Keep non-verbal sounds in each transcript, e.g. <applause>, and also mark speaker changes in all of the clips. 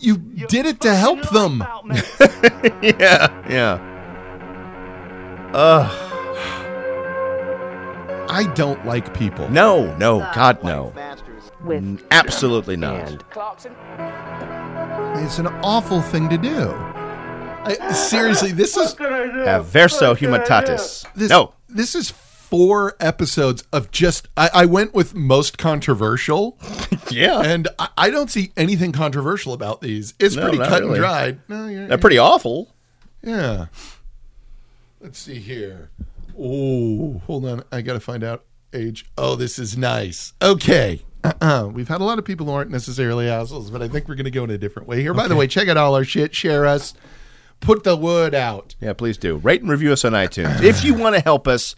Speaker 1: you you did it to help them.
Speaker 2: yeah, yeah. Ugh.
Speaker 1: I don't like people.
Speaker 2: No, no, God, no.
Speaker 3: with
Speaker 2: Absolutely not.
Speaker 3: and
Speaker 1: It's an awful thing to do. I, seriously, this is
Speaker 2: Averso humatatis.
Speaker 1: this,
Speaker 2: No.
Speaker 1: This is four episodes of just. I, I went with most
Speaker 2: <laughs>
Speaker 1: controversial,
Speaker 2: Yeah.
Speaker 1: and I, I don't see anything controversial about these. It's
Speaker 2: No,
Speaker 1: pretty
Speaker 2: not
Speaker 1: cut and
Speaker 2: really.
Speaker 1: dried. No, you're,
Speaker 2: They're pretty awful.
Speaker 1: yeah. Let's see here. Oh, hold on. I got to find out age. Oh, this is nice. Okay. Uh-uh. We've had a lot of people who aren't necessarily assholes, but I think we're going to go in a different way here. By the way, check out all our shit. Share us. Put the word out.
Speaker 2: Yeah, please do. Rate and review us on iTunes. if you want to help us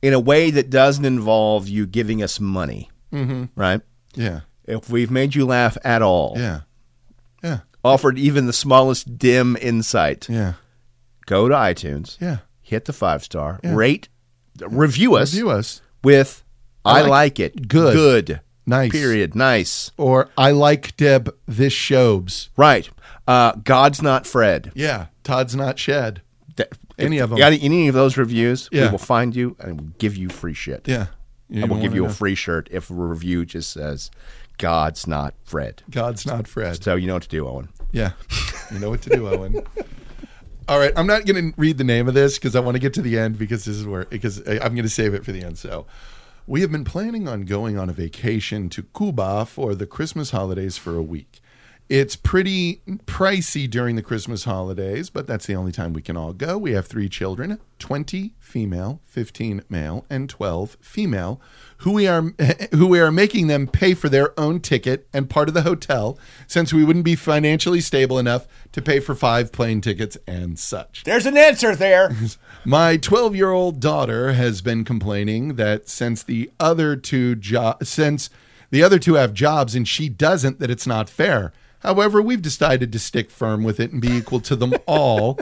Speaker 2: in a way that doesn't involve you giving us money, mm-hmm. right?
Speaker 1: Yeah.
Speaker 2: If we've made you laugh at all,
Speaker 1: Yeah. Yeah.
Speaker 2: offered even the smallest dim insight,
Speaker 1: Yeah.
Speaker 2: go to iTunes,
Speaker 1: Yeah.
Speaker 2: hit the five star,
Speaker 1: Yeah.
Speaker 2: rate, review us
Speaker 1: Review us.
Speaker 2: with I,
Speaker 1: like
Speaker 2: like, it.
Speaker 1: Good.
Speaker 2: Good.
Speaker 1: Nice.
Speaker 2: Period. Nice.
Speaker 1: Or I like Deb this shobs.
Speaker 2: Right. Uh, God's not Fred.
Speaker 1: Yeah. Todd's not shed.
Speaker 2: That-
Speaker 1: Any
Speaker 2: if-
Speaker 1: of 'em.
Speaker 2: Got any of those reviews?
Speaker 1: Yeah.
Speaker 2: We will find you and we'll give you free shit.
Speaker 1: Yeah.
Speaker 2: I will
Speaker 1: don't
Speaker 2: give
Speaker 1: wanna
Speaker 2: you a
Speaker 1: know.
Speaker 2: free shirt if a review just says God's not Fred.
Speaker 1: God's not Fred.
Speaker 2: So you know what to do, Owen.
Speaker 1: Yeah. You know what to do, Owen. All right, I'm not going to read the name of this because I want to get to the end because this is where because I- I'm going to save it for the end. So, we have been planning on going on a vacation to Cuba for the Christmas holidays for a week. It's pretty pricey during the Christmas holidays, but that's the only time we can all go. We have three children 20 female, 15 male, and 12 female, who we are <laughs> who we are making them pay for their own ticket and part of the hotel, since we wouldn't be financially stable enough to pay for five plane tickets and such.
Speaker 2: There's an
Speaker 1: <laughs>
Speaker 2: answer there.
Speaker 1: My 12 year old daughter has been complaining that since the other two jo- since the other two have jobs and she doesn't, that it's not fair. However, we've decided to stick firm with it and be equal to them all.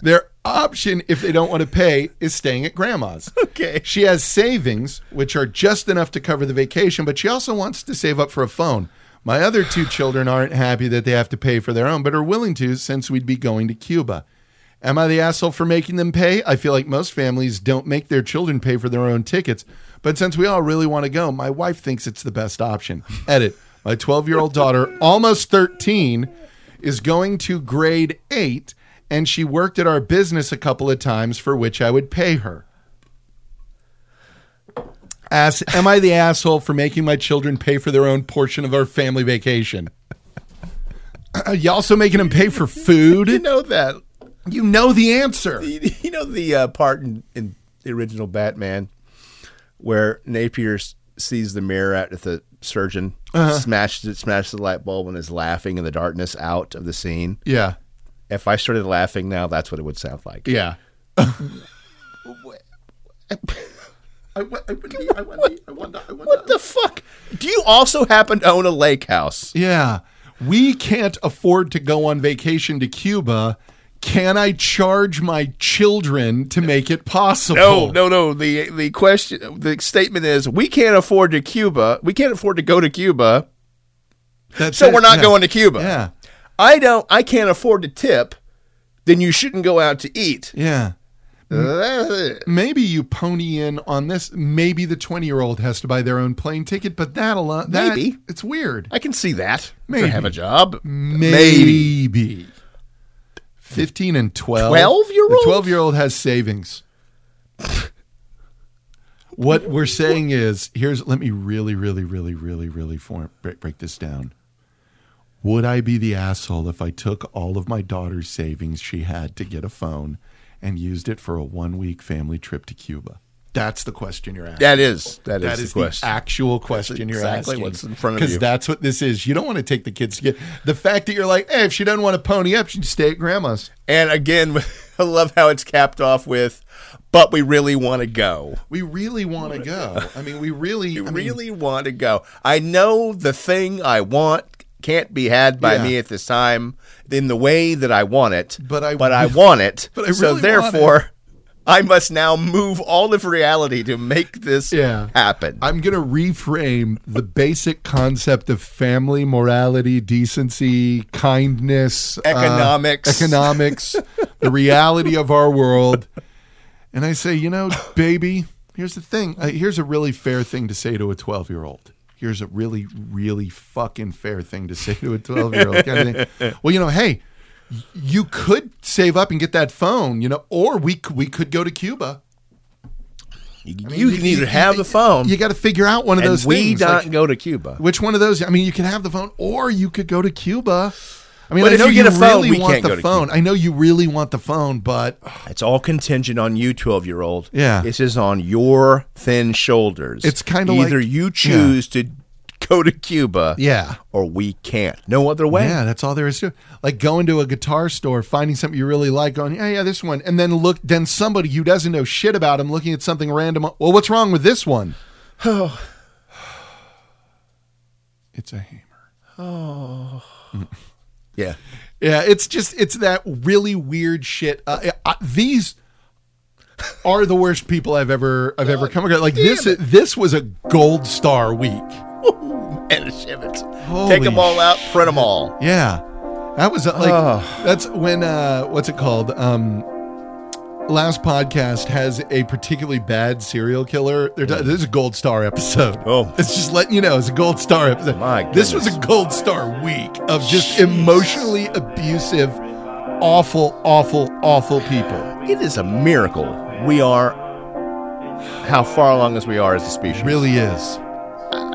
Speaker 1: Their option, if they don't want to pay, is staying at grandma's.
Speaker 2: Okay.
Speaker 1: She has savings, which are just enough to cover the vacation, but she also wants to save up for a phone. My other two children aren't happy that they have to pay for their own, but are willing to since we'd be going to Cuba. Am I the asshole for making them pay? I feel like most families don't make their children pay for their own tickets, but since we all really want to go, my wife thinks it's the best option. Edit. My 12 year old daughter, almost 13, is going to grade eight, and she worked at our business a couple of times for which I would pay her. Ask, am I the <laughs> asshole for making my children pay for their own portion of our family vacation? <clears throat> Are <laughs> you also making them pay for food?
Speaker 2: You know that.
Speaker 1: You know the answer.
Speaker 2: You you know the uh, part in, in the original Batman where Napier s- sees the mirror out at the surgeon,
Speaker 1: Uh-huh.
Speaker 2: smashes it, smashes the light bulb, and is laughing in the darkness out of the scene.
Speaker 1: Yeah.
Speaker 2: If I started laughing now, that's what it would sound like.
Speaker 1: Yeah.
Speaker 2: What the fuck? Do you also happen to own a lake house?
Speaker 1: Yeah. We can't afford to go on vacation to Cuba. Can I charge my children to make it possible?
Speaker 2: No, no, no. The the question, the statement is, we can't afford to Cuba. We can't afford to go to Cuba,
Speaker 1: That's
Speaker 2: so
Speaker 1: it.
Speaker 2: we're not
Speaker 1: Yeah.
Speaker 2: going to Cuba.
Speaker 1: Yeah.
Speaker 2: I don't. I can't afford to tip. Then you shouldn't go out to eat.
Speaker 1: Yeah.
Speaker 2: Uh,
Speaker 1: Maybe you pony in on this. Maybe the 20 year old has to buy their own plane ticket, but that'll. Uh, that,
Speaker 2: Maybe.
Speaker 1: It's weird.
Speaker 2: I can see that.
Speaker 1: Maybe.
Speaker 2: To have a job.
Speaker 1: Maybe. 15 and 12.
Speaker 2: 12-year-old?
Speaker 1: The 12 year old has savings. what we're saying is here's, let me really, really, really, really, really form, break, break this down. Would I be the asshole if I took all of my daughter's savings she had to get a phone and used it for a one week family trip to Cuba? That's the question you're asking.
Speaker 2: That is. That is
Speaker 1: That
Speaker 2: the
Speaker 1: is the
Speaker 2: question.
Speaker 1: actual question you're
Speaker 2: exactly
Speaker 1: asking.
Speaker 2: what's in front of
Speaker 1: Because
Speaker 2: you.
Speaker 1: that's what this is. You don't want to take the kids to get the fact that you're like, hey, if she doesn't want to pony up, she can stay at grandma's.
Speaker 2: and again, <laughs> I love how it's capped off with, but we really want to go.
Speaker 1: We really want to go. I mean, we really,
Speaker 2: I
Speaker 1: I mean,
Speaker 2: really want to go. I know the thing I want can't be had by
Speaker 1: Yeah.
Speaker 2: me at this time in the way that I want it.
Speaker 1: But I- <laughs>
Speaker 2: but I want it.
Speaker 1: But I really
Speaker 2: so
Speaker 1: want
Speaker 2: therefore, I must now move all of reality to make this
Speaker 1: Yeah.
Speaker 2: happen.
Speaker 1: I'm going to reframe the basic concept of family, morality, decency, kindness, uh,
Speaker 2: Economics.
Speaker 1: economics, the reality of our world. And I say, you know, baby, here's the thing. Uh, here's a really fair thing to say to a 12 year old. Here's a really, really fucking fair thing to say to a 12 year old. Kind of
Speaker 2: <laughs>
Speaker 1: thing. well, you know, hey, y- you could save up and get that phone, you know, or we, c- we could go to Cuba.
Speaker 2: you,
Speaker 1: I mean,
Speaker 2: you can either have the phone
Speaker 1: You got to figure out one of
Speaker 2: and
Speaker 1: those
Speaker 2: we
Speaker 1: things.
Speaker 2: not
Speaker 1: like-
Speaker 2: go to Cuba.
Speaker 1: which one of those? I mean, you can have the phone, or you could go to Cuba. I mean,
Speaker 2: But
Speaker 1: I
Speaker 2: if
Speaker 1: know
Speaker 2: you
Speaker 1: you,
Speaker 2: get a phone,
Speaker 1: really
Speaker 2: we
Speaker 1: want
Speaker 2: can't go
Speaker 1: the
Speaker 2: to
Speaker 1: phone. I know you really want the phone,
Speaker 2: <sighs>
Speaker 1: but
Speaker 2: It's all contingent on you, twelve year old.
Speaker 1: Yeah.
Speaker 2: this is on your thin shoulders.
Speaker 1: It's kinda
Speaker 2: either
Speaker 1: like-
Speaker 2: you choose to go to Cuba,
Speaker 1: yeah,
Speaker 2: or we can't. No other way.
Speaker 1: yeah, that's all there is to it. Like going to a guitar store, finding something you really like, going, yeah, yeah, this one, and then look, then somebody who doesn't know shit about him looking at something random. Well, what's wrong with this
Speaker 2: <sighs>
Speaker 1: one? it's a hammer.
Speaker 2: Yeah.
Speaker 1: Yeah, it's just it's that really weird shit. Uh, I, these are the worst people I've ever I've ever come across. Like this this was a gold star week.
Speaker 2: and a shivets.
Speaker 1: Holy
Speaker 2: Take them all out, print them all.
Speaker 1: Yeah, that was uh, like
Speaker 2: Ugh.
Speaker 1: that's when uh, what's it called? Um, last podcast has a particularly bad serial killer. They're t- this is a gold star episode.
Speaker 2: Oh.
Speaker 1: it's just letting you know it's a gold star episode.
Speaker 2: My
Speaker 1: this was a gold star week of just emotionally abusive, awful, awful, awful people.
Speaker 2: It is a miracle we are how far along as we are as a species.
Speaker 1: Really is.
Speaker 3: Don't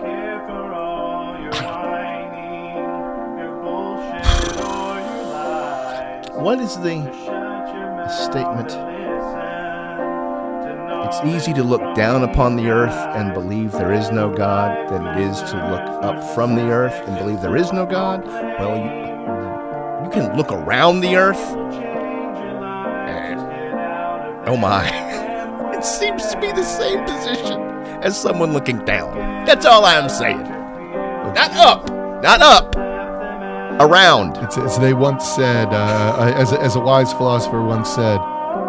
Speaker 3: care for all your whining, your bullshit or your lies.
Speaker 2: What is the
Speaker 3: Shut your mouth
Speaker 2: statement?
Speaker 3: and listen to
Speaker 2: It's easy to look down upon the earth and believe there is no God than it is to look up from the earth and believe there is no God. Well, you, you can look around the earth. and- oh my. <laughs> It seems to be the same position as someone looking down. That's all I'm saying. Not up. Not up. Around.
Speaker 1: It's, as they once said, uh, as, a, as a wise philosopher once said,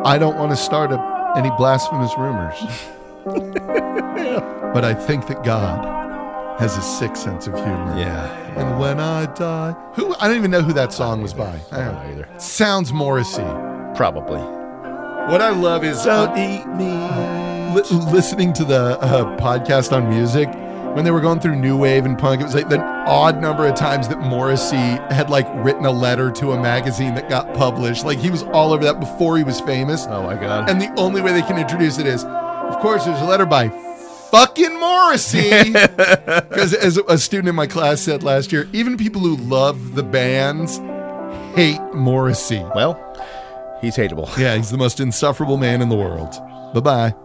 Speaker 1: I don't want to start up any blasphemous rumors. but I think that God has a sick sense of humor.
Speaker 2: Yeah.
Speaker 1: And when I die, who I don't even know who that song was by. I
Speaker 2: don't know either.
Speaker 1: Sounds Morrissey.
Speaker 2: Probably.
Speaker 1: What I love is
Speaker 2: Don't eat me.
Speaker 1: li- listening to the uh, podcast on music when they were going through new wave and punk. It was like the odd number of times that Morrissey had like written a letter to a magazine that got published. Like he was all over that before he was famous.
Speaker 2: Oh my God.
Speaker 1: And the only way they can introduce it is, of course, there's a letter by fucking Morrissey. Because as a student in my class said last year, even people who love the bands hate Morrissey.
Speaker 2: Well, he's hateable.
Speaker 1: Yeah, he's the most insufferable man in the world. Bye bye.